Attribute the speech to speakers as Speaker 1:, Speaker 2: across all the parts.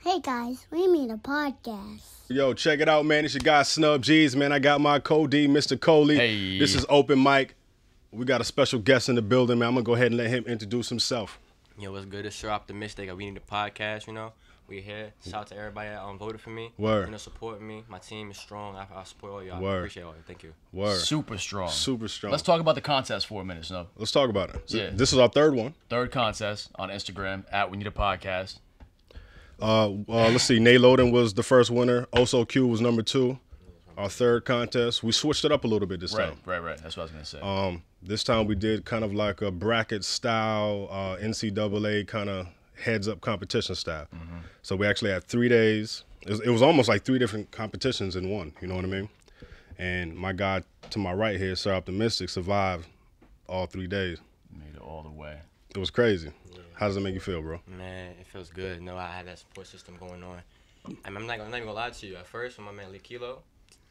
Speaker 1: Hey guys, we made a podcast.
Speaker 2: Yo, check it out, man. It's your guy Snub G's, man. I got my Cody, Mr. Coley.
Speaker 3: Hey.
Speaker 2: This is open mic. We got a special guest in the building, man. I'm gonna go ahead and let him introduce himself.
Speaker 3: Yo, what's good? It's Sir Optimistic. We need a podcast, you know. We here. Shout out to everybody that um, voted for me.
Speaker 2: Word.
Speaker 3: You know, supporting me. My team is strong. I, I support all y'all.
Speaker 2: Word.
Speaker 3: I appreciate all you. Thank you.
Speaker 2: Word.
Speaker 4: Super strong.
Speaker 2: Super strong.
Speaker 4: Let's talk about the contest for a minute, Snub.
Speaker 2: Let's talk about it. So
Speaker 4: Yeah.
Speaker 2: This is our third one.
Speaker 4: Third contest on Instagram at We Need a Podcast.
Speaker 2: Uh, uh, let's see. Nate Loden was the first winner. Oso Q was number two. Our third contest. We switched it up a little bit this
Speaker 4: Right,
Speaker 2: time.
Speaker 4: right, right. That's what I was gonna say.
Speaker 2: Um, this time we did kind of like a bracket style uh, NCAA kind of heads up competition style. So we actually had three days. It was, it was almost like three different competitions in one. You know what I mean? And my guy to my right here, Sir Optimistic, survived all three days.
Speaker 4: Made it all the way.
Speaker 2: It was crazy. How does it make you feel, bro?
Speaker 3: Man, it feels good. No, I had that support system going on. I mean, I'm not, gonna- I'm not even gonna lie to you. At first, when my man Lee Kilo,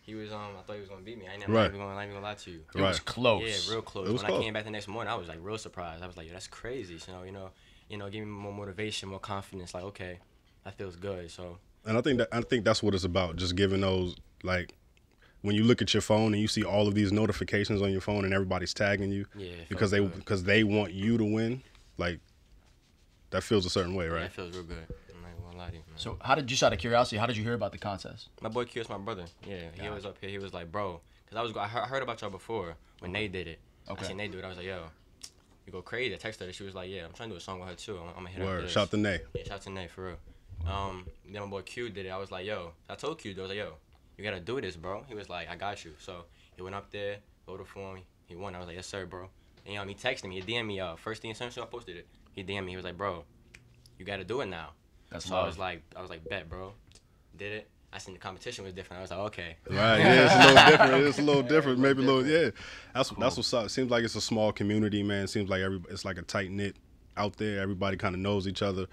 Speaker 3: he was um, I thought he was gonna beat me. I ain't, I'm
Speaker 2: Right.
Speaker 3: not even gonna, I'm not even gonna lie to you.
Speaker 4: It was
Speaker 2: Right.
Speaker 4: close.
Speaker 3: Yeah, real close.
Speaker 2: It was
Speaker 3: when
Speaker 2: close.
Speaker 3: I came back the next morning, I was like real surprised. I was like, yo, that's crazy. So, you know, you know, you know, give me more motivation, more confidence. Like, okay, that feels good. So,
Speaker 2: And I think that I think that's what it's about. Just giving those like when you look at your phone and you see all of these notifications on your phone and everybody's tagging you
Speaker 3: Yeah, it felt
Speaker 2: because they
Speaker 3: good.
Speaker 2: because they want you to win. Like that feels a certain way,
Speaker 3: yeah,
Speaker 2: right?
Speaker 3: it feels real good. I'm not even gonna lie to you. Man.
Speaker 4: So, how did you, just out of curiosity, how did you hear about the contest?
Speaker 3: My boy Q is my brother. Yeah, he was up here. He was like, bro, because I was I heard, I heard about y'all before when they did it.
Speaker 4: Okay.
Speaker 3: I seen they do it. I was like, yo, you go crazy. I texted her. She was like, yeah, I'm trying to do a song with her too. I'm, I'm gonna hit her. up
Speaker 2: Word.
Speaker 3: this.
Speaker 2: Shout to Nay.
Speaker 3: Yeah, shout out to Nate for real. Um, then my boy Q did it. I was like, yo, I told Q, though, I was like, yo, you gotta do this, bro. He was like, I got you. So he went up there, voted for him. He won. I was like, yes, sir, bro. And um, he texted me. He DM'd me. Uh, first thing essential, I posted it. He DM'd me. He was like, bro, you gotta do it now.
Speaker 4: That's
Speaker 3: So I
Speaker 4: love.
Speaker 3: was like, I was like, bet, bro. Did it. I seen the competition was different. I was like, okay.
Speaker 2: Right, yeah, it's a little different. It's a little different, maybe a little, yeah. That's that's what's up. It seems like it's a small community, man. It seems like every it's like a tight knit out there. Everybody kind of knows each other,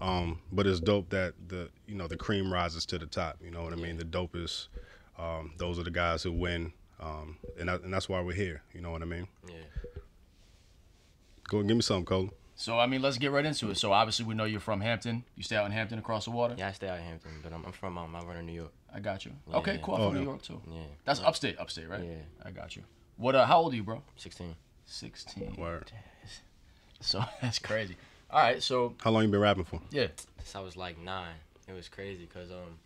Speaker 2: um, but it's dope that the you know the cream rises to the top. You know what I mean? The dopest, um, those are the guys who win, um, and that, and that's why we're here. You know what I mean?
Speaker 3: Yeah.
Speaker 2: Go and give me something, Cole.
Speaker 4: So, I mean, let's get right into it. So, obviously, we know you're from Hampton. You stay out in Hampton across the water?
Speaker 3: Yeah, I stay out in Hampton, but I'm, I'm from um, I run in New York.
Speaker 4: I got you.
Speaker 3: Yeah,
Speaker 4: okay,
Speaker 3: yeah.
Speaker 4: cool. I'm
Speaker 2: Oh,
Speaker 4: from
Speaker 2: yeah.
Speaker 4: New York, too.
Speaker 3: Yeah.
Speaker 4: That's upstate, upstate, right?
Speaker 3: Yeah.
Speaker 4: I got you. What? Uh, how old are you, bro?
Speaker 3: 16.
Speaker 4: 16.
Speaker 2: Word.
Speaker 4: So, that's crazy. All right, so,
Speaker 2: How long you been rapping for?
Speaker 4: yeah.
Speaker 3: since I was like nine. It was crazy because um,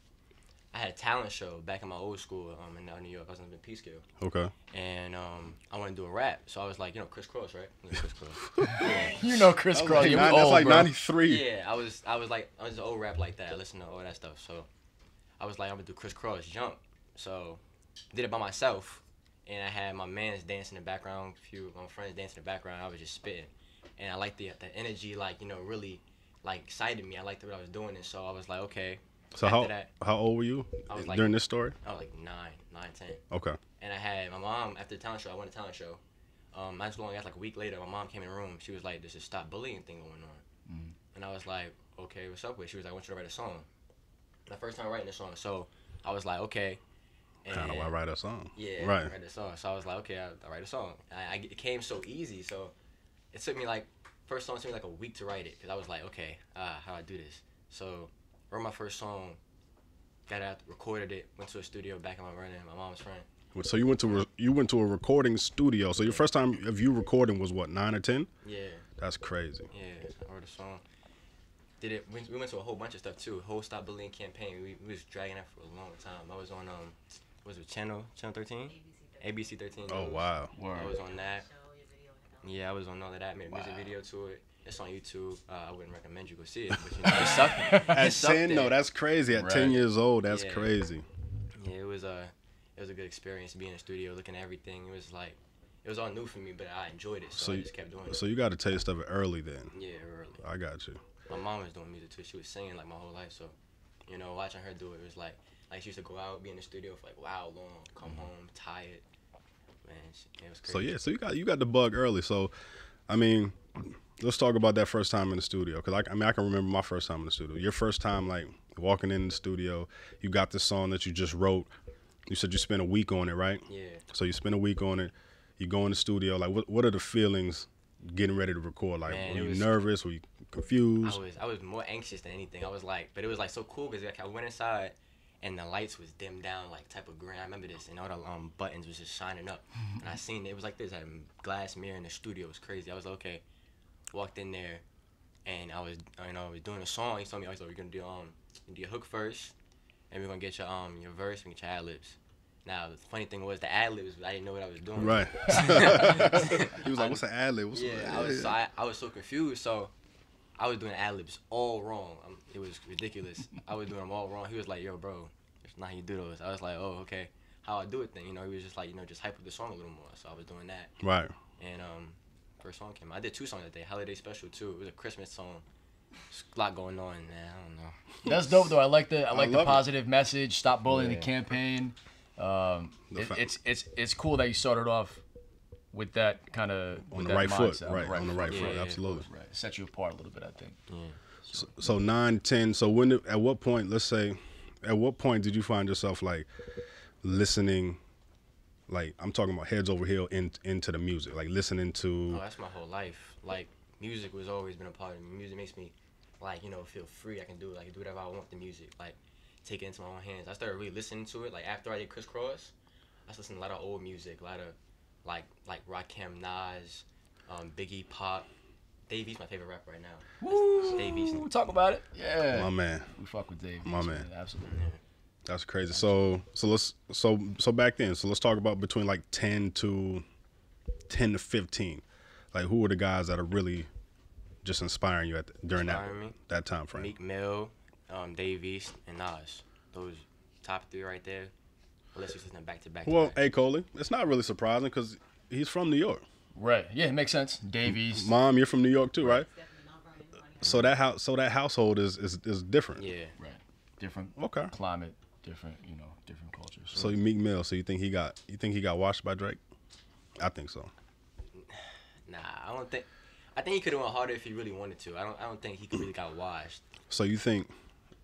Speaker 3: I had a talent show back in my old school um, in uh, New York. I was in the Peace Guild,
Speaker 2: Okay,
Speaker 3: and um, I wanted to do a rap. So I was like, you know, Chris Cross, right? You know, Chris Cross.
Speaker 4: You know Chris Cross.
Speaker 2: Like
Speaker 4: you're
Speaker 2: nine- that's
Speaker 4: old,
Speaker 2: like
Speaker 4: bro.
Speaker 2: ninety three.
Speaker 3: yeah, I was, I was like, I was just old rap like that. I listened to all that stuff. So I was like, I'm gonna do Chris Cross jump. So did it by myself, and I had my man's dance in the background. A few of my friends dance in the background. I was just spitting, and I liked the the energy, like you know, really like excited me. I liked what I was doing, and so I was like, okay.
Speaker 2: So
Speaker 3: after
Speaker 2: how
Speaker 3: that-
Speaker 2: how old were you
Speaker 3: I was like-
Speaker 2: during this story?
Speaker 3: I was like nine, nine, ten.
Speaker 2: Okay,
Speaker 3: And I had my mom after the talent show. I went to talent show. Um, not too long after, like a week later, my mom came in the room. She was like, "There's this stop bullying thing going on."
Speaker 2: Mm.
Speaker 3: And I was like, "Okay, what's up with?" it?" She was like, "I want you to write a song." My first time writing a song, so I was like, "Okay." And
Speaker 2: how do I write a song?
Speaker 3: Yeah,
Speaker 2: right.
Speaker 3: I write a song. So I was like, "Okay, I, I write a song." I, I, it came so easy, so it took me like first song took me like a week to write it because I was like, "Okay, uh, how do I do this?" So wrote my first song, got out, recorded it, went to a studio back in my running, my mom's friend.
Speaker 2: So you went to re- you went to a recording studio. So your first time of you recording was what nine or ten?
Speaker 3: Yeah.
Speaker 2: That's crazy.
Speaker 3: Yeah, I wrote a song. Did it? We, we went to a whole bunch of stuff too. Whole stop bullying campaign. We, we was dragging that for a long time. I was on um, what was it channel channel thirteen, ABC thirteen.
Speaker 2: Oh
Speaker 3: news.
Speaker 2: wow.
Speaker 3: I was on that.
Speaker 5: show your video and all.
Speaker 3: Yeah, I was on all of that. Made a music video to it. It's on YouTube. Uh, I wouldn't recommend you go see it, but you know, it's something.
Speaker 2: At
Speaker 3: It's something.
Speaker 2: ten, no, that's crazy. At ten
Speaker 4: Right.
Speaker 2: years old, that's
Speaker 3: Yeah.
Speaker 2: crazy.
Speaker 3: Yeah, it was a it was a good experience being in the studio, looking at everything. It was like it was all new for me, but I enjoyed it, so,
Speaker 2: So
Speaker 3: I
Speaker 2: you-
Speaker 3: just kept doing it.
Speaker 2: So you got a taste of it early then.
Speaker 3: yeah, early.
Speaker 2: I got you.
Speaker 3: my mom was doing music too. She was singing like my whole life, so you know, watching her do it was like like she used to go out, be in the studio for like wow long, come home tired. Man, she, it was crazy.
Speaker 2: So yeah, so you got you got the bug early. So, I mean, let's talk about that first time in the studio because I, I mean I can remember my first time in the studio. Your first time like walking in the studio, you got this song that you just wrote. You said you spent a week on it, right?
Speaker 3: Yeah.
Speaker 2: So you spend a week on it. You go in the studio. Like, what what are the feelings getting ready to record? Like,
Speaker 3: Man,
Speaker 2: were
Speaker 3: it
Speaker 2: you
Speaker 3: was-
Speaker 2: nervous? Were you confused.
Speaker 3: I was I was more anxious than anything. I was like, but it was like so cool because like I went inside and the lights was dimmed down like type of green. I remember this and all the um buttons was just shining up. And I seen it, it was like this had a glass mirror in the studio. It was crazy. I was like, okay. Walked in there and I was you know I was doing a song. He told me I was like, we're gonna do um do your hook first, and we're gonna get your um your verse and get your ad libs. Now the funny thing was the ad libs I didn't know what I was doing.
Speaker 2: Right. he was like, "What's an ad lib? What's an
Speaker 3: Yeah, I
Speaker 2: ad
Speaker 3: was so
Speaker 2: lib?"
Speaker 3: I, I was so confused. So I was doing ad libs all wrong. Um, it was ridiculous. I was doing them all wrong. He was like, "Yo, bro, that's not how you do those." I was like, "Oh, okay, how I do it then?" You know, he was just like, you know, just hype up the song a little more. So I was doing that,
Speaker 2: Right.
Speaker 3: and um, first song came. out. I did two songs that day, holiday special too. It was a Christmas song. There's a lot going on, man. I don't know.
Speaker 4: That's dope though. I like the I like the
Speaker 2: love it.
Speaker 4: positive message. Stop bullying
Speaker 3: Yeah.
Speaker 4: the campaign. Um,
Speaker 2: The
Speaker 4: it-
Speaker 2: fa-
Speaker 4: it's it's it's cool that you started off with that kind of
Speaker 2: On the right foot.
Speaker 4: mindset,
Speaker 2: Right. On the right
Speaker 3: foot.
Speaker 2: foot.
Speaker 3: Yeah, yeah,
Speaker 2: Absolutely.
Speaker 4: Right. It Set you apart a little bit, I think.
Speaker 2: So nine, ten. So when? At what point? Let's say, at what point did you find yourself like listening? Like I'm talking about heads over heel in, into the music, like listening
Speaker 3: Oh,
Speaker 2: to
Speaker 3: that's my whole life. Like music was always been a part of me. Music makes me like, you know, feel free. I can do like do whatever I want with the music. Like take it into my own hands. I started really listening to it. Like after I did crisscross, I was listening to a lot of old music, a lot of like like Rakim Nas, um, Biggie Pop. Dave East my favorite rapper right now.
Speaker 4: Woo,
Speaker 3: Dave East.
Speaker 4: talk about it. Yeah.
Speaker 2: my man.
Speaker 4: we fuck with Dave.
Speaker 2: My
Speaker 4: East,
Speaker 2: man.
Speaker 4: Absolutely.
Speaker 2: That's crazy. So so let's so so back then. So let's talk about between like ten to ten to fifteen. Like who were the guys that are really just inspiring you at the, during
Speaker 3: Inspiring me?
Speaker 2: that that time frame?
Speaker 3: Meek Mill, um, Dave East, and Nas. Those top three right there. Unless you listen back to back. to
Speaker 2: Well,
Speaker 3: back.
Speaker 2: A. Coley, it's not really surprising because he's from New York.
Speaker 4: Right. Yeah, it makes sense. Dave East.
Speaker 2: Mom, you're from New York too, right? So that house, so that household is is, is different.
Speaker 3: yeah.
Speaker 4: right. Different
Speaker 2: Okay.
Speaker 4: climate, different, you know, different cultures.
Speaker 2: So you Meek Mill, so you think he got you think he got watched by Drake? I think so.
Speaker 3: Nah, I don't think. I think he could have went harder if he really wanted to. I don't. I don't think he could really got washed.
Speaker 2: So you think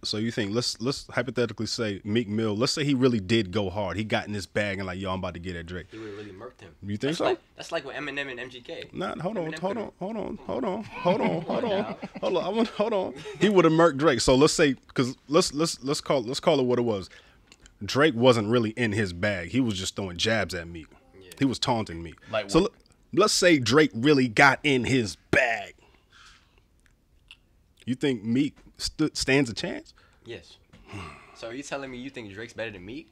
Speaker 2: so you think let's let's hypothetically say Meek Mill, let's say he really did go hard. He got in his bag and like, yo, I'm about to get at Drake.
Speaker 3: He would have really murked him.
Speaker 2: You think
Speaker 3: that's
Speaker 2: so?
Speaker 3: Like, that's like with Eminem and MGK.
Speaker 2: Nah, hold on,
Speaker 3: Eminem
Speaker 2: hold on,
Speaker 3: could've-
Speaker 2: hold on, hold on, hold on, hold
Speaker 3: on
Speaker 2: on,
Speaker 3: now.
Speaker 2: hold on. I want, hold on. He would have murked Drake. So let's say, cause let's let's let's call let's call it what it was. Drake wasn't really in his bag. He was just throwing jabs at me. He was taunting me.
Speaker 4: Like
Speaker 2: so,
Speaker 4: what?
Speaker 2: let- let's say Drake really got in his bag. You think Meek st- stands a chance?
Speaker 3: Yes. So are you telling me you think Drake's better than Meek?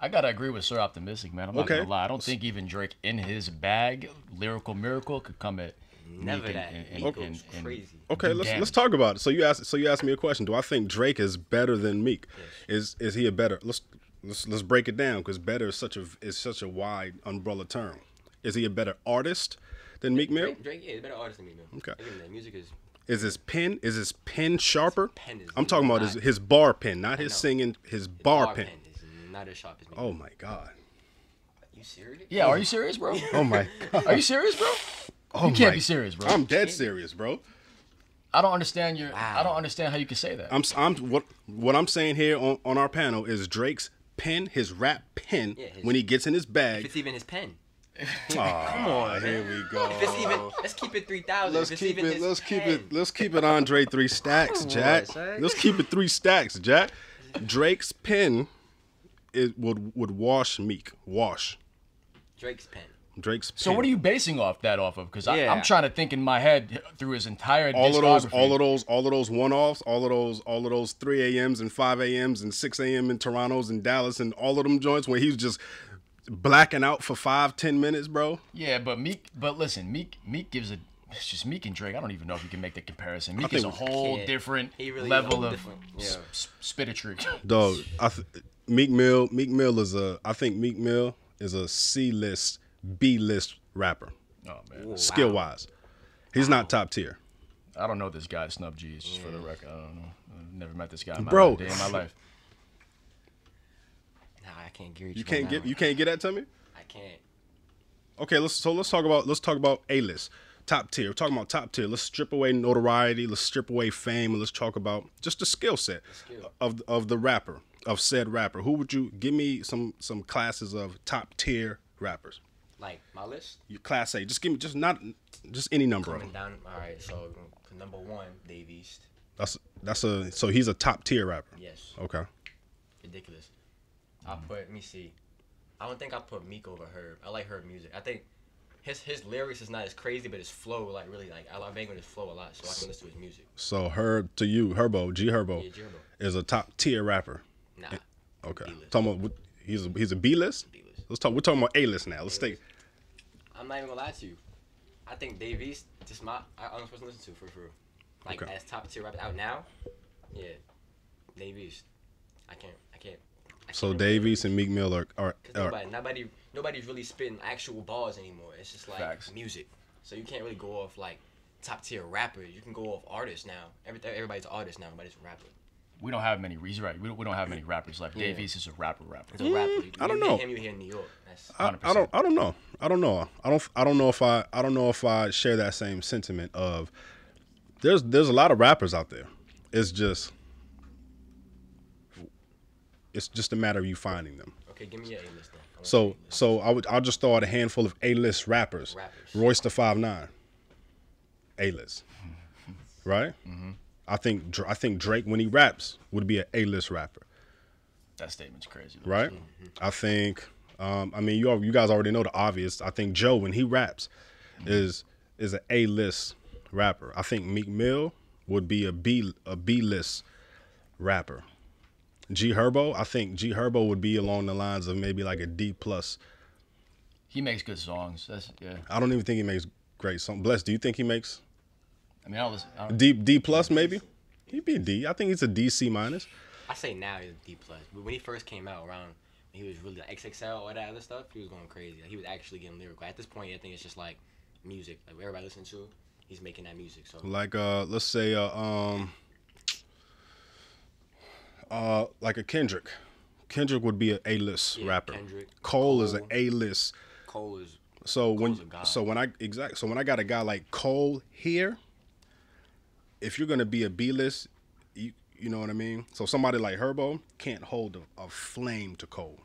Speaker 4: I gotta agree with Sir Optimistic, man. I'm not
Speaker 2: Okay.
Speaker 4: gonna lie. I don't think even Drake in his bag, lyrical miracle, could come at
Speaker 3: Never
Speaker 4: Meek
Speaker 3: that.
Speaker 4: and- and-
Speaker 3: Meek
Speaker 4: and-
Speaker 3: goes
Speaker 4: and-
Speaker 3: crazy.
Speaker 2: Okay,
Speaker 4: do
Speaker 2: let's
Speaker 4: damage.
Speaker 2: let's talk about it. So you asked so you asked me a question. Do I think Drake is better than Meek? Is is he a better? Let's let's let's break it down because better is such a is such a wide umbrella term. Is he a better artist than Meek Mill?
Speaker 3: Drake, Drake yeah, he's a better artist than Meek Mill.
Speaker 2: Okay.
Speaker 3: I give him that. Music is
Speaker 2: Is his pen is his pen sharper?
Speaker 3: pen is
Speaker 2: I'm talking about his
Speaker 3: not-
Speaker 2: his bar pen, not his
Speaker 3: know.
Speaker 2: singing, his bar pen.
Speaker 3: is not as sharp as Meek.
Speaker 2: Oh my god.
Speaker 3: You serious?
Speaker 4: Yeah, are you serious, bro?
Speaker 2: Oh my god.
Speaker 4: Are you serious, bro?
Speaker 2: Oh
Speaker 4: you can't
Speaker 2: my-
Speaker 4: be serious, bro.
Speaker 2: I'm dead serious, bro.
Speaker 4: I don't understand your. I don't
Speaker 3: Wow.
Speaker 4: understand how you can say that.
Speaker 2: I'm s- I'm what what I'm saying here on, on our panel is Drake's pen, his rap pen,
Speaker 3: Yeah, his-
Speaker 2: when he gets in his
Speaker 3: If
Speaker 2: bag.
Speaker 3: it's even his pen.
Speaker 2: Come on, here we go.
Speaker 3: If it's even, let's keep it three thousand.
Speaker 2: Oh. Let's
Speaker 3: if it's
Speaker 2: keep
Speaker 3: even
Speaker 2: it.
Speaker 3: His
Speaker 2: Let's keep
Speaker 3: pen.
Speaker 2: it. Let's keep it. Andre three stacks, Jack.
Speaker 3: Zach.
Speaker 2: Let's keep it three stacks, Jack. Drake's pen, it would would wash Meek. Wash
Speaker 3: Drake's pen.
Speaker 2: Drake's.
Speaker 4: so
Speaker 2: pen.
Speaker 4: what are you basing off that off of? Because
Speaker 3: Yeah.
Speaker 4: I'm trying to think in my head through his entire
Speaker 2: All of those,
Speaker 4: discography.
Speaker 2: all of those, all of those one-offs, all of those, all of those three a.m.s and five a.m.s and six a.m. in Toronto's and Dallas and all of them joints where he was just blacking out for five, ten minutes, bro.
Speaker 4: Yeah, but Meek. But listen, Meek. Meek gives a. It's just Meek and Drake. I don't even know if you can make the comparison. Meek is a
Speaker 2: think we
Speaker 4: whole
Speaker 3: can't.
Speaker 4: different
Speaker 3: He really is
Speaker 4: level
Speaker 3: whole
Speaker 4: of
Speaker 3: different.
Speaker 4: s-
Speaker 3: Yeah.
Speaker 4: s- spittery.
Speaker 2: Dog, I th- Meek Mill. Meek Mill is a. I think Meek Mill is a C-list, B-list rapper,
Speaker 4: Oh man.
Speaker 2: skill-wise. He's not top tier,
Speaker 4: I don't know this guy, Snub G. It's just for the
Speaker 3: Mm.
Speaker 4: record. I don't know. I've never met this guy in my
Speaker 2: Bro.
Speaker 4: day in my life.
Speaker 3: Nah, I can't get
Speaker 2: You can't get. You can't get that to me.
Speaker 3: I can't.
Speaker 2: Okay, let's. So let's talk about. Let's talk about A-list, top tier. We're talking about top tier. Let's strip away notoriety. Let's strip away fame, and let's talk about just the skill set of of the rapper of said rapper. Who would you give me some some classes of top tier rappers?
Speaker 3: Like my list.
Speaker 2: Your class A. Just give me just not just any number of
Speaker 3: Coming
Speaker 2: them.
Speaker 3: down. All right, so number one, Dave East.
Speaker 2: That's that's a so he's a top tier rapper.
Speaker 3: Yes.
Speaker 2: Okay.
Speaker 3: Ridiculous. I put. Let me see. I don't think I put Meek over Herb. I like Herb music. I think his his lyrics is not as crazy, but his flow like really like I, I bang with his flow a lot, so I can listen to his music.
Speaker 2: So Herb to you, Herbo, G Herbo,
Speaker 3: Yeah, Gerbo.
Speaker 2: is a top tier rapper.
Speaker 3: Nah.
Speaker 2: Okay.
Speaker 3: B-list.
Speaker 2: Talking about what- he's a, he's a B list.
Speaker 3: B-list.
Speaker 2: Let's talk. We're talking about A list now. Let's take.
Speaker 3: I'm not even gonna lie to you. I think Dave East just my I, I'm supposed to listen to for real. Like
Speaker 2: Okay.
Speaker 3: as top tier rapper out now. Yeah. Dave East. I can't. I can't. I
Speaker 2: So
Speaker 3: can't-
Speaker 2: Davies and Meek Mill are are,
Speaker 3: 'cause
Speaker 2: are
Speaker 3: nobody, nobody, nobody's really spitting actual bars anymore. It's just like
Speaker 4: Facts.
Speaker 3: music. So you can't really go off like top tier rappers. You can go off artists now. Every, everybody's artist now. Nobody's a rapper.
Speaker 4: We don't have many. He's right. We don't, we don't have many rappers left. Dave East is a rapper. Rapper.
Speaker 3: He's a rapper. You,
Speaker 2: Mm, I don't
Speaker 3: you hear
Speaker 2: know.
Speaker 3: Him, you hear New York. That's,
Speaker 2: I, I
Speaker 4: 100%.
Speaker 2: don't I don't know. I don't know. I don't I don't know if I I don't know if I share that same sentiment of there's there's a lot of rappers out there. It's just it's just a matter of you finding them.
Speaker 3: okay, give me your A list then. I want your
Speaker 2: So
Speaker 3: A-list.
Speaker 2: so I would I'll just throw out a handful of A list rappers.
Speaker 3: Rappers.
Speaker 2: Royce the five nine. A list. Right? I think Dr- I think Drake when he raps would be an A list rapper
Speaker 4: That statement's crazy. though.
Speaker 2: right? I think. Um, I mean, you all, you guys already know the obvious. I think Joe when he raps is is an A list rapper. I think Meek Mill would be a B a B list rapper. G Herbo, I think G Herbo would be along the lines of maybe like a D plus.
Speaker 4: He makes good songs. That's yeah.
Speaker 2: I don't even think he makes great songs. Bless, do you think he makes
Speaker 4: I mean, I was. I don't,
Speaker 2: D D plus maybe? He'd be a D. I think he's a D C minus.
Speaker 3: I say now he's a D plus, but when he first came out around when he was really like XXL all that other stuff, he was going crazy. Like he was actually getting lyrical. At this point, I think it's just like music, like what everybody listens to. He's making that music. So
Speaker 2: like uh let's say uh um uh like a Kendrick. Kendrick would be an A list
Speaker 3: Yeah,
Speaker 2: rapper.
Speaker 3: Kendrick,
Speaker 2: Cole, is an
Speaker 3: Cole.
Speaker 2: A list.
Speaker 3: Cole is
Speaker 2: So
Speaker 3: a
Speaker 2: when
Speaker 3: god.
Speaker 2: so when I exact so when I got a guy like Cole here, if you're gonna be a B list, you you know what I mean. So somebody like Herbo can't hold a, a flame to Cole,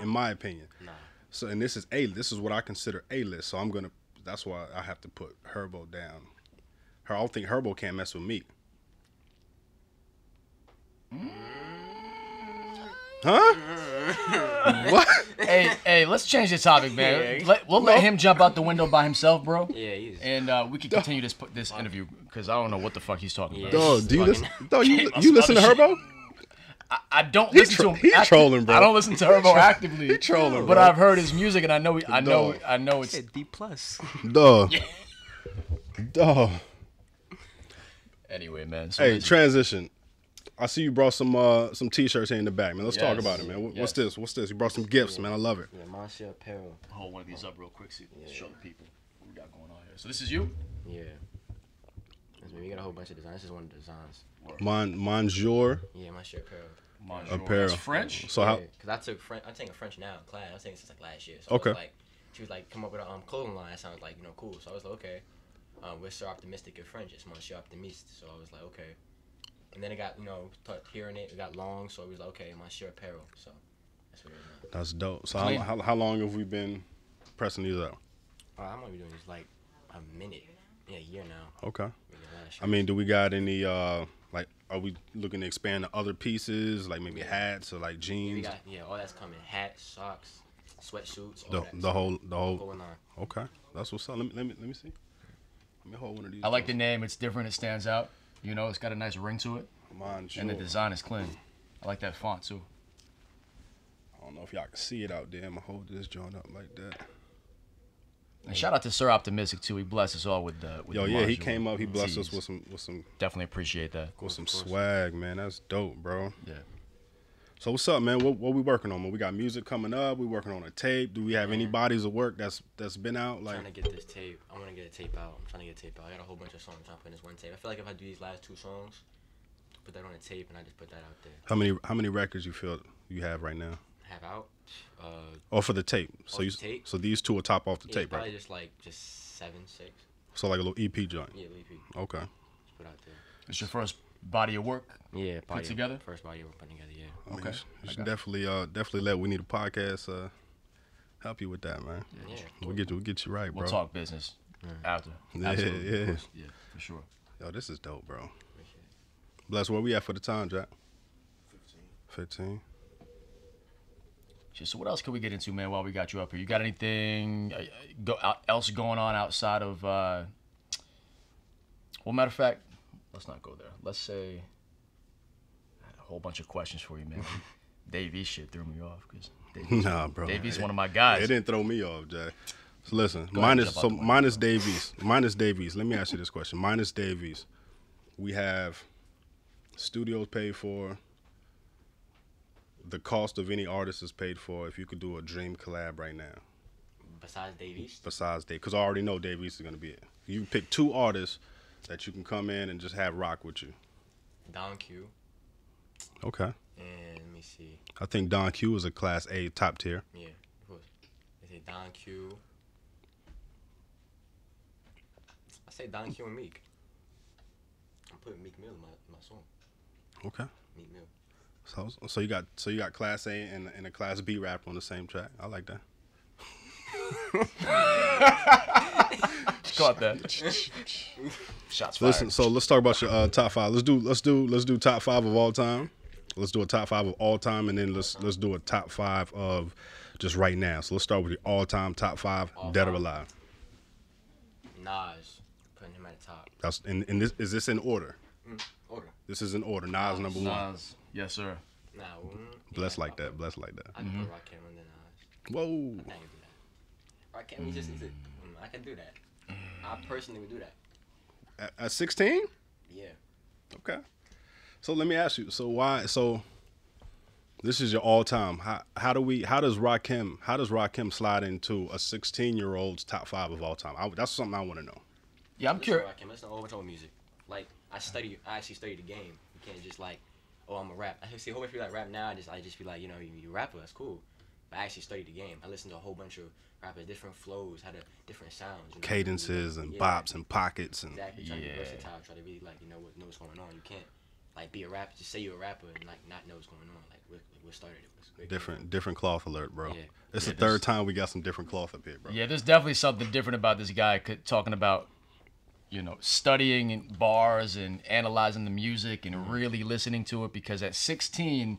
Speaker 2: in my opinion.
Speaker 3: nah.
Speaker 2: So and this is a this is what I consider a list. So I'm gonna that's why I have to put Herbo down. Her I don't think Herbo can't mess with me. Huh? what?
Speaker 4: hey, hey, let's change the topic, man. Let, we'll let him jump out the window by himself, bro.
Speaker 3: Yeah, he's.
Speaker 4: And uh, we can continue this this interview because I don't know what the fuck he's talking about.
Speaker 3: Yeah.
Speaker 2: Dog, do you listen?
Speaker 3: Fucking-
Speaker 2: Dog, you,
Speaker 4: Came up
Speaker 2: you
Speaker 4: some
Speaker 2: listen to
Speaker 4: other
Speaker 2: Herbo?
Speaker 4: I don't
Speaker 2: He
Speaker 4: listen
Speaker 2: tro-
Speaker 4: to him.
Speaker 2: he
Speaker 4: act-
Speaker 2: trolling, bro.
Speaker 4: I don't listen to him more actively.
Speaker 2: he trolling,
Speaker 4: But
Speaker 2: bro.
Speaker 4: I've heard his music, and I know. He, I know.
Speaker 2: Dog.
Speaker 4: I know it's.
Speaker 5: D plus.
Speaker 2: Dog. Dog.
Speaker 4: Anyway, man. So
Speaker 2: Hey,
Speaker 4: listen,
Speaker 2: transition. I see you brought some uh some t-shirts here in the back, man. Let's talk
Speaker 4: Yes.
Speaker 2: about it, man. Wh-
Speaker 4: Yes.
Speaker 2: What's this? What's this? You brought some gifts, man. I love it.
Speaker 3: Yeah, Monsieur Apparel.
Speaker 4: hold one of these up real quick so you can show the people what we got going on here. So this is you.
Speaker 3: Yeah. That's me. We got a whole bunch of designs. This is one of the designs.
Speaker 2: Mon Monjour
Speaker 3: Yeah, Monsieur Apparel.
Speaker 4: Bonjour.
Speaker 2: apparel.
Speaker 4: That's French.
Speaker 2: So how?
Speaker 3: Because I took French. I'm taking French now in class. I'm taking it since like last year. So I was
Speaker 2: Okay.
Speaker 3: like, she was like, come up with a um, clothing line. That sounds like you know cool. So I was like, okay. Um, we're so optimistic in French. It's Monsieur Optimiste. So I was like, okay. And then it got you know start hearing it. It got long. So it was like, okay, Monsieur Apparel. So that's what it is.
Speaker 2: That's dope. So how,
Speaker 4: Clean.
Speaker 2: how, how long have we been pressing these out?
Speaker 3: Now. Uh, I'm gonna be doing this like a minute. Yeah, a year now.
Speaker 2: Okay.
Speaker 3: We did last
Speaker 2: I
Speaker 3: year.
Speaker 2: mean, do we got any uh like are we looking to expand to other pieces like maybe hats or like
Speaker 3: we
Speaker 2: jeans?
Speaker 3: got yeah, all that's coming. Hats, socks, sweatshirts. All
Speaker 2: The,
Speaker 3: that.
Speaker 2: the whole the whole
Speaker 3: going on.
Speaker 2: Okay. That's what's up. Let me let me let me see. Let me hold one of these.
Speaker 4: I like the name. It's different. It stands out. You know, it's got a nice ring to it,
Speaker 2: Monjour.
Speaker 4: and the design is clean. I like that font too.
Speaker 2: I don't know if y'all can see it out there. I'm gonna hold this joint up like that.
Speaker 4: And shout out to Sir Optimistic too. He blessed us all with the. With
Speaker 2: Yo,
Speaker 4: the
Speaker 2: yeah, he
Speaker 4: Bonjour
Speaker 2: came up. He blessed us
Speaker 4: tees.
Speaker 2: with some with some
Speaker 4: Definitely appreciate that.
Speaker 2: with some swag, man. That's dope, bro.
Speaker 4: Yeah.
Speaker 2: So what's up, man? What what we working on? Man, we got music coming up. We working on a tape. Do we have
Speaker 3: Mm-hmm.
Speaker 2: any bodies of work that's that's been out?
Speaker 3: I'm trying to
Speaker 2: Like,
Speaker 3: get this tape. I want to get a tape out. I'm trying to get a tape out. I got a whole bunch of songs I'm trying to put in this one tape. I feel like if I do these last two songs, put that on a tape and I just put that out there.
Speaker 2: how many how many records you feel you have right now?
Speaker 3: Have out. Uh,
Speaker 2: Or for the tape? So
Speaker 3: Off
Speaker 2: you
Speaker 3: the tape?
Speaker 2: so these two are top off the
Speaker 3: yeah,
Speaker 2: tape,
Speaker 3: probably
Speaker 2: right?
Speaker 3: just like just seven, six.
Speaker 2: So like a little EP joint.
Speaker 3: Yeah, leave it.
Speaker 2: Okay.
Speaker 3: Just put out there.
Speaker 4: It's your first body of work.
Speaker 3: Yeah, probably
Speaker 4: together?
Speaker 3: First body we're putting together. Yeah.
Speaker 2: I mean,
Speaker 4: Okay.
Speaker 2: You should, you should definitely uh definitely let we need a podcast uh help you with that, man.
Speaker 3: Yeah.
Speaker 2: We'll get you we'll get you right, bro.
Speaker 4: We'll talk business after.
Speaker 2: Yeah,
Speaker 4: Absolutely.
Speaker 2: yeah.
Speaker 4: of course. Yeah, for sure.
Speaker 2: Yo, this is dope, bro. Bless where we at for the time, Jack. Fifteen.
Speaker 4: Shit, So what else could we get into, man? While we got you up here, you got anything uh, go, out- else going on outside of? Uh, well, matter of fact, let's not go there. Let's say I had a whole bunch of questions for you, man. Davey shit threw me off because Davey's,
Speaker 2: Nah, bro.
Speaker 4: Davey's one of my
Speaker 2: It
Speaker 4: guys.
Speaker 2: didn't throw me off, Jack. So listen,
Speaker 4: ahead,
Speaker 2: minus
Speaker 4: jump out
Speaker 2: so
Speaker 4: the window.
Speaker 2: minus Davies, minus Davies. Let me ask you this question: minus Davies, we have studios paid for. The cost of any artist is paid for. If you could do a dream collab right now,
Speaker 3: Besides Davies,
Speaker 2: besides Dave, because I already know Dave East is gonna be it. You pick two artists that you can come in and just have rock with you.
Speaker 3: Don Q,
Speaker 2: Okay.
Speaker 3: and let me see.
Speaker 2: I think Don Q is a class A top tier.
Speaker 3: Yeah, who else? They say Don Q. I say Don Q and Meek. I'm putting Meek Mill in my, my song.
Speaker 2: Okay.
Speaker 3: Meek Mill.
Speaker 2: So so you got so you got class A and, and a class B rapper on the same track. I like that.
Speaker 4: Caught that. Shots fired.
Speaker 2: Listen, so let's talk about your uh, top five. Let's do let's do let's do top five of all time. Let's do a top five of all time, and then let's let's do a top five of just right now. So let's start with your all time top five, dead or alive.
Speaker 3: Nas, putting him at the top.
Speaker 2: That's and, and this is this in order.
Speaker 3: Order.
Speaker 2: This is in order. Nas number one.
Speaker 4: Nas. Yes, sir.
Speaker 3: Nah, mm,
Speaker 2: Blessed
Speaker 3: yeah,
Speaker 2: like that. Blessed like that.
Speaker 3: I can put Rakim under Nas.
Speaker 2: Whoa.
Speaker 3: I can do that. Rakim, he just is it.
Speaker 2: Mm.
Speaker 3: Mm, I can do that. I personally would do that.
Speaker 2: At- At sixteen.
Speaker 3: Yeah.
Speaker 2: Okay. So let me ask you. So why? So this is your all time. How how do we? How does Rakim? How does Rakim slide into a sixteen year old's top five of all time? I, that's something I want to know.
Speaker 4: Yeah, I'm
Speaker 3: Listen to
Speaker 4: curious.
Speaker 3: Rakim. Listen to all old music. Like I study, I actually study the game. You can't just like, oh, I'm a rap. I see a whole bunch of people like rap now. I just, I just be like, you know, you, you rapper, that's cool. But I actually study the game. I listen to a whole bunch of rappers, different flows, how to different sounds, you know?
Speaker 2: Cadences and
Speaker 3: Yeah,
Speaker 2: bops and pockets and
Speaker 3: Exactly. Try to be
Speaker 4: Yeah.
Speaker 3: versatile. Try to be like, you know, what know what's going on. You can't like be a rapper, just say you're a rapper and like not know what's going on. Like what, what started it. What's great.
Speaker 2: different different cloth alert, bro. It's
Speaker 3: Yeah.
Speaker 4: Yeah,
Speaker 2: the
Speaker 4: this-
Speaker 2: third time we got some different cloth up here, bro.
Speaker 4: Yeah, there's definitely something different about this guy c- talking about, you know, studying and bars and analyzing the music and really listening to it because at 16,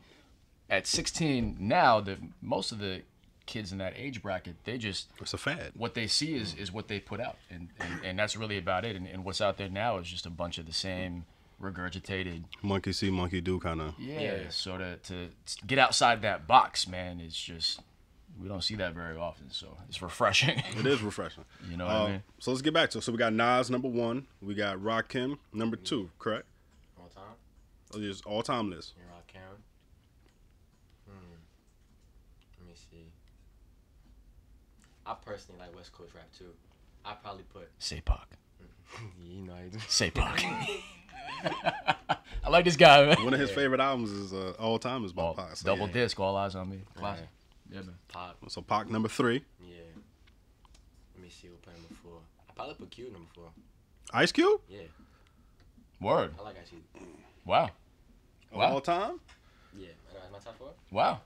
Speaker 4: at 16 now, the most of the kids in that age bracket, they just
Speaker 2: It's a fad.
Speaker 4: what they see is is what they put out, and and, and that's really about it. And, and what's out there now is just a bunch of the same regurgitated
Speaker 2: Monkey see, monkey do, kind of.
Speaker 4: yeah.
Speaker 3: Yeah.
Speaker 4: So to, to get outside that box, man, it's just we don't see that very often. So it's refreshing.
Speaker 2: It is refreshing.
Speaker 4: You know what I
Speaker 2: Uh,
Speaker 4: mean?
Speaker 2: So let's get back to it. So we got Nas number one. We got Rakim number two, correct?
Speaker 3: All time.
Speaker 2: Oh, It's all time list.
Speaker 3: You're all count. Hmm. Let me see. I personally like West Coast rap too. I probably put.
Speaker 4: Say Pac.
Speaker 3: You know, I do.
Speaker 4: Say Pac. I like this guy, man.
Speaker 2: One of his favorite albums is uh, all time is by
Speaker 4: Oh,
Speaker 2: Pac. So
Speaker 4: double
Speaker 2: yeah.
Speaker 4: disc, all eyes on me. Classic. Yeah, man.
Speaker 3: Pop.
Speaker 2: So Pac number three,
Speaker 3: Yeah. Let me see. We'll put number four. I probably put Q number four.
Speaker 2: Ice Cube
Speaker 3: Yeah.
Speaker 4: Word.
Speaker 3: I like actually.
Speaker 4: Wow.
Speaker 2: of
Speaker 4: Wow.
Speaker 2: all time.
Speaker 3: Yeah. I know, it's my top four.
Speaker 4: Wow.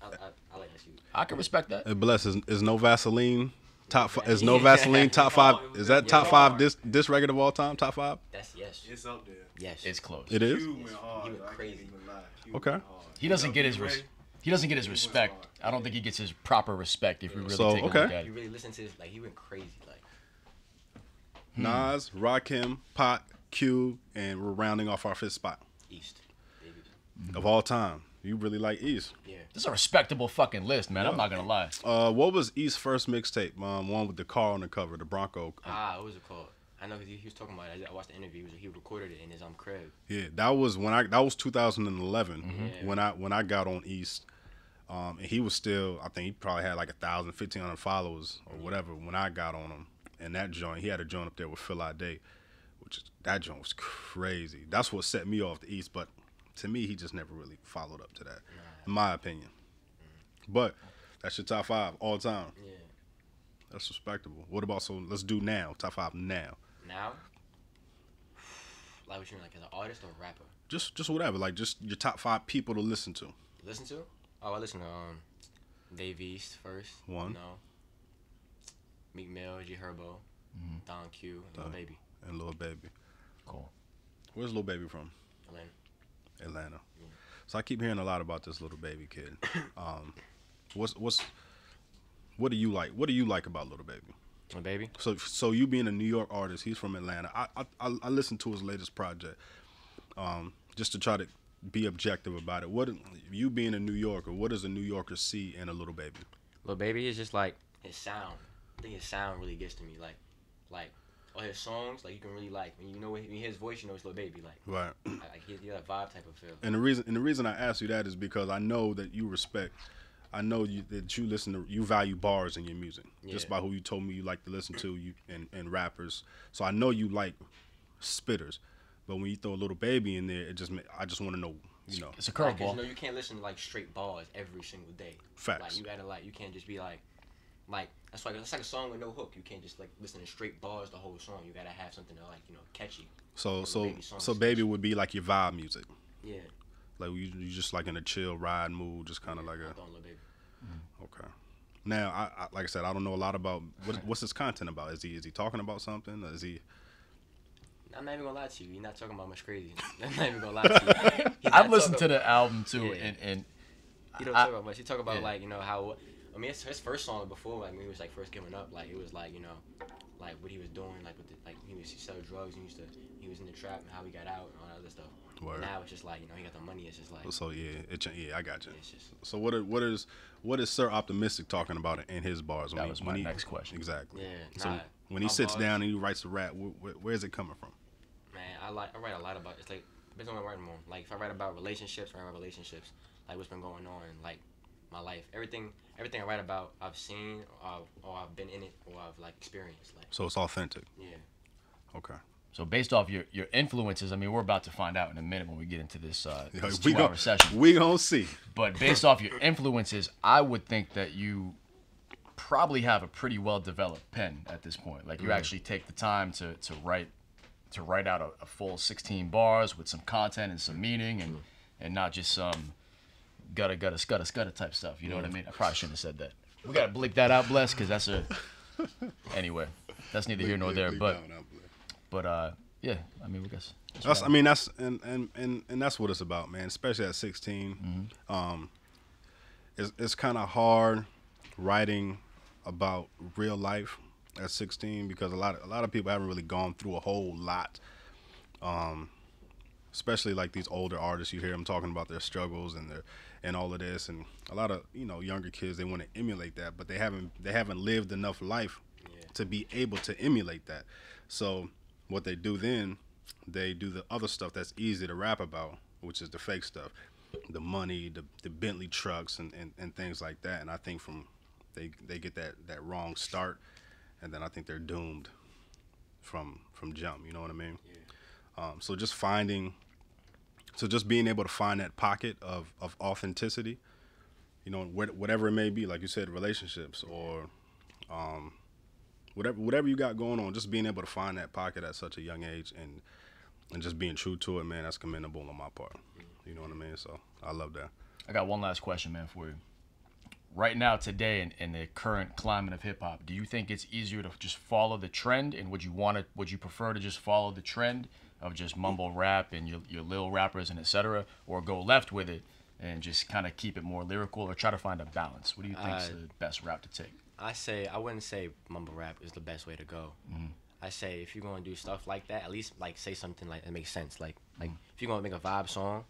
Speaker 3: I, I, I like actually.
Speaker 4: I can respect that.
Speaker 2: And bless is, is no Vaseline top. Fi- is no
Speaker 3: Yeah.
Speaker 2: Vaseline top five? Is that
Speaker 3: Yeah.
Speaker 2: top five this this record of all time? Top five?
Speaker 3: That's yes.
Speaker 5: It's up there.
Speaker 3: Yes.
Speaker 4: It's close.
Speaker 2: It is.
Speaker 5: Q went hard.
Speaker 3: went
Speaker 5: though, I
Speaker 3: crazy.
Speaker 5: can't even lie. Q
Speaker 2: Okay.
Speaker 5: went hard.
Speaker 4: He doesn't
Speaker 5: Yo,
Speaker 4: get his
Speaker 5: you ready?
Speaker 4: res- he doesn't get his respect. I don't think he gets his proper respect if you really
Speaker 2: So,
Speaker 4: take a
Speaker 2: okay.
Speaker 4: look at
Speaker 3: you
Speaker 4: it.
Speaker 3: really listen to this? Like he went crazy. Like
Speaker 2: Nas, Rakim, Pac, Cube, and we're rounding off our fifth spot
Speaker 3: East. Davies.
Speaker 4: Mm-hmm.
Speaker 2: of all time. You really like East.
Speaker 3: Yeah.
Speaker 4: This is a respectable fucking list, man. I'm not gonna lie.
Speaker 2: Uh, what was East's first mixtape? Um, one with the car on the cover, the Bronco. uh,
Speaker 3: Ah, what was it called? I know 'cause he, he was talking about it. I- I watched the interview. He, was- he recorded it in his um crib.
Speaker 2: Yeah, that was when I that was 2011
Speaker 3: Yeah.
Speaker 2: when I when I got on East, um, and he was still I think he probably had like a thousand, fifteen hundred followers or whatever when I got on him. And that joint, he had a joint up there with Phil Day, which is, that joint was crazy. That's what set me off the East, but to me, he just never really followed up to that, in my opinion. But that's your top five all time.
Speaker 3: Yeah.
Speaker 2: That's respectable. What about so? Let's do now top five now.
Speaker 3: Now, like what you mean, like as an artist or a rapper?
Speaker 2: Just just whatever, like just your top five people to listen to.
Speaker 3: Listen to? Oh, I listen to um, Dave East first.
Speaker 2: One.
Speaker 3: No. Meek Mill, G Herbo, Don Q, and Lil
Speaker 2: Don.
Speaker 3: Baby.
Speaker 2: And little baby.
Speaker 4: Cool.
Speaker 2: Where's little baby from?
Speaker 3: Atlanta.
Speaker 2: Atlanta. So I keep hearing a lot about this little baby kid. Um, what's what's what do you like? What do you like about little baby?
Speaker 3: My baby.
Speaker 2: So so you being a New York artist, he's from Atlanta. I I, I- I listened to his latest project, um, just to try to be objective about it. What you being a New Yorker, what does a New Yorker see in a little baby?
Speaker 3: Little baby is just like his sound. I think his sound really gets to me. Like, like all his songs, like you can really like when you know when you hear his voice, you know it's little baby. Like,
Speaker 2: Right.
Speaker 3: like, like he he got a vibe type of feel.
Speaker 2: And the reason and the reason I ask you that is because I know that you respect. I know you, that you listen to you value bars in your music. Just
Speaker 3: Yeah.
Speaker 2: by who you told me you like to listen to you and, and rappers. So I know you like spitters, but when you throw a little baby in there, it just ma- I just want to know you know
Speaker 4: It's a
Speaker 3: Like, 'cause, you know,
Speaker 4: curveball.
Speaker 3: you can't listen to like straight bars every single day.
Speaker 2: facts.
Speaker 3: Like you gotta like you can't just be like, like that's like that's like a song with no hook. You can't just like listen to straight bars the whole song. You gotta have something to like you know catchy.
Speaker 2: So
Speaker 3: Or
Speaker 2: so
Speaker 3: maybe songs.
Speaker 2: so baby would be like your vibe music.
Speaker 3: Yeah.
Speaker 2: Like you you just like in a chill ride mood, just kind of like
Speaker 3: I'm
Speaker 2: a
Speaker 3: throwing little baby.
Speaker 2: okay. Now I, I like I said I don't know a lot about what, what's his content about. Is he is he talking about something? Is he
Speaker 3: I'm not even gonna lie to you. You're not talking about much crazy. I'm not even gonna lie to you. He's not
Speaker 4: I've listened to
Speaker 3: talking-
Speaker 4: the album too,
Speaker 3: Yeah.
Speaker 4: and, and
Speaker 3: He don't
Speaker 4: I-
Speaker 3: talk about much. He talk about
Speaker 4: yeah.
Speaker 3: like you know how. I mean, his, his first song before like when he was like first giving up, like it was like you know, like what he was doing, like with the, like he used to sell drugs, and he used to he was in the trap and how he got out and all that other stuff.
Speaker 2: Word.
Speaker 3: Now it's just like you know he got the money. It's just like
Speaker 2: So yeah, it, cha- yeah, I got you.
Speaker 3: it's just
Speaker 2: So what are, what is what is Sir Optimistic talking about in his bars?
Speaker 4: That was my next question.
Speaker 2: Exactly.
Speaker 3: yeah.
Speaker 2: So
Speaker 3: nah,
Speaker 2: when he
Speaker 3: my
Speaker 2: sits
Speaker 3: bars-
Speaker 2: down and he writes a rap, wh- wh- where's it coming from?
Speaker 3: Man, I like I write a lot about it's like depends on what I'm writing on. Like if I write about relationships, I write about relationships, like what's been going on, like my life, everything, everything I write about, I've seen, or I've, or I've been in it, or I've like experienced, like
Speaker 2: So it's authentic.
Speaker 3: yeah.
Speaker 2: Okay.
Speaker 4: so based off your, your influences, I mean, we're about to find out in a minute when we get into this, uh,
Speaker 2: Yeah,
Speaker 4: this
Speaker 2: we
Speaker 4: two hour
Speaker 2: gon'
Speaker 4: session.
Speaker 2: we gonna see.
Speaker 4: But based off your influences, I would think that you probably have a pretty well developed pen at this point. Like you actually take the time to, to write to write out a, a full 16 bars with some content and some meaning and and not just some gutta gutta scutta scutta type stuff. You know what I mean? I probably shouldn't have said that. We gotta bleep that out, bless, because that's a anyway. That's neither here nor
Speaker 2: Yeah,
Speaker 4: there.
Speaker 2: big
Speaker 4: But
Speaker 2: down, I believe.
Speaker 4: but uh yeah, I mean we guess.
Speaker 2: That's, I mean, that's and, and and and that's what it's about, man. Especially at 16, um, it's it's kind of hard writing about real life at 16 because a lot of, a lot of people haven't really gone through a whole lot. Um, especially like these older artists, you hear them talking about their struggles and their and all of this, and a lot of you know younger kids they want to emulate that, but they haven't they haven't lived enough life
Speaker 3: Yeah.
Speaker 2: to be able to emulate that. So what they do then, they do the other stuff that's easy to rap about, which is the fake stuff, the money, the, the Bentley trucks, and, and, and things like that. And I think from they they get that that wrong start, and then I think they're doomed from from jump. You know what I mean? Um, so just finding, so just being able to find that pocket of of authenticity, you know, wh- whatever it may be, like you said, relationships or um, whatever whatever you got going on, just being able to find that pocket at such a young age and and just being true to it, man, that's commendable on my part. You know what I mean? So I love that.
Speaker 4: I got one last question, man, for you. Right now, today, in, in the current climate of hip hop, do you think it's easier to just follow the trend, and would you want to? Would you prefer to just follow the trend of just mumble rap and your your lil rappers and etc., or go left with it and just kind of keep it more lyrical, or try to find a balance? What do you think is
Speaker 3: Uh,
Speaker 4: the best route to take?
Speaker 3: I say I wouldn't say mumble rap is the best way to go.
Speaker 4: Mm-hmm.
Speaker 3: I say if you're gonna do stuff like that, at least like say something like that makes sense. Like like
Speaker 4: Mm-hmm.
Speaker 3: if you're gonna make a vibe song,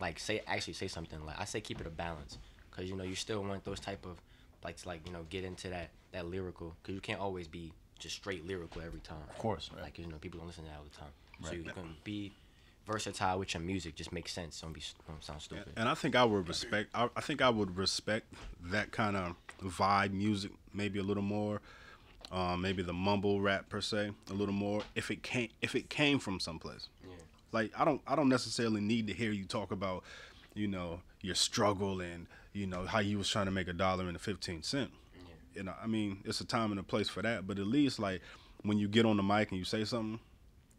Speaker 3: like say actually say something like I say keep it a balance, cause you know you still want those type of like to like you know get into that that lyrical, cause you can't always be just straight lyrical every time.
Speaker 4: Of course, right?
Speaker 3: Like you know people don't listen to that all the time, so you can be versatile with your music. Just make sense. Don't be don't sound stupid.
Speaker 2: And I think I would respect. I, I think I would respect that kind of vibe music maybe a little more. Um, maybe the mumble rap per se a little more if it came if it came from someplace.
Speaker 3: Yeah.
Speaker 2: Like I don't I don't necessarily need to hear you talk about, you know, your struggle and you know how you was trying to make a dollar and a fifteen cent. You know, I mean, it's a time and a place for that. But at least like when you get on the mic and you say something,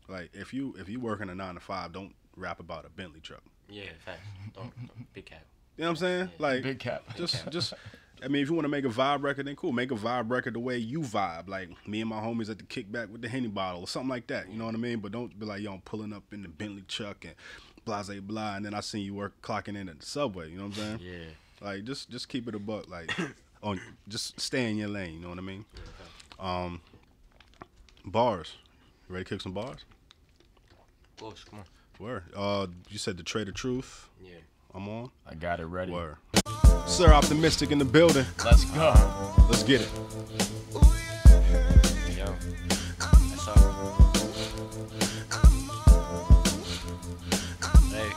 Speaker 2: like if you if you working a nine to five, don't rap about a Bentley truck.
Speaker 3: Yeah, facts. Don't, don't big cap.
Speaker 2: You know what I'm saying? Like
Speaker 4: Big cap.
Speaker 2: just just I mean, if you want to make a vibe record, then cool. Make a vibe record the way you vibe, like me and my homies at the kickback with the henny bottle or something like that. You know what I mean? But don't be like, yo, I'm pulling up in the Bentley truck and blase blah, and then I seen you work clocking in at the subway. You know what I'm saying?
Speaker 6: Yeah.
Speaker 2: Like just just keep it a buck. Like on just stay in your lane. You know what I mean? Um, bars. You ready to kick some bars?
Speaker 6: Close. Come on.
Speaker 2: Where? Uh, you said the Trade of Truth.
Speaker 6: Yeah.
Speaker 2: I'm on.
Speaker 4: I got it ready.
Speaker 2: Where? Sir Optimistic in the building.
Speaker 4: Let's go.
Speaker 2: Let's get it.
Speaker 6: Yo. That's all. Hey.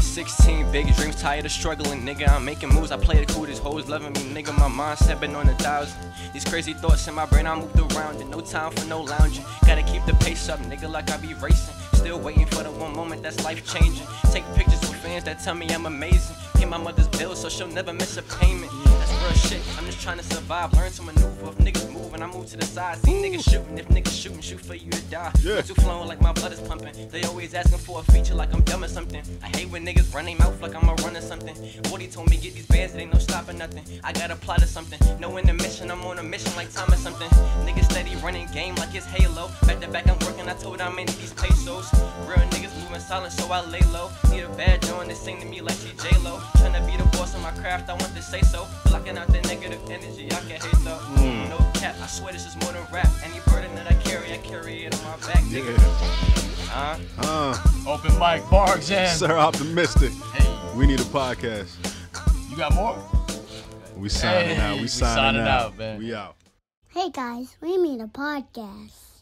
Speaker 6: 16 big dreams, tired of struggling, nigga. I'm making moves, I play it cool, these hoes loving me, nigga. My mindset been on a thousand. These crazy thoughts in my brain, I moved around, and no time for no lounging. Gotta keep the pace up, nigga, like I be racing. Still waiting for the one moment that's life changing. Take pictures with fans that tell me I'm amazing. Pay my mother's bills so she'll never miss a payment. That's real shit, I'm just trying to survive, learn to maneuver. If niggas moving, I move to the side. See niggas shooting, if niggas shooting, shoot for you to die.
Speaker 2: Yeah.
Speaker 6: Too flowing like my blood is pumping. They always asking for a feature like I'm dumb or something. I hate when niggas run their mouth like I'm a runner something. Woody told me get these bands, it ain't no stopping nothing. I got a plot or something. No intermission, I'm on a mission like time or something. Niggas steady running game like it's Halo. Back to back, I'm working. I told I'm in these pesos. Real niggas moving silent, so I lay low. Need a bad joint to sing to me like she J Lo. Tryna be the boss of my craft, I want to say so. Blocking out the negative energy, I can hate though. No cap, I swear this is more than rap. Any burden that I carry, I carry it on my back, nigga. Huh?
Speaker 2: Uh,
Speaker 4: Open mic, bar exam.
Speaker 2: Sir Optimistic.
Speaker 4: Hey,
Speaker 2: We need a podcast.
Speaker 4: you got more?
Speaker 2: We signing
Speaker 4: Hey,
Speaker 2: out. We
Speaker 4: we
Speaker 2: signing,
Speaker 4: signing
Speaker 2: out.
Speaker 4: out, man.
Speaker 2: We out.
Speaker 1: Hey guys, we made a podcast.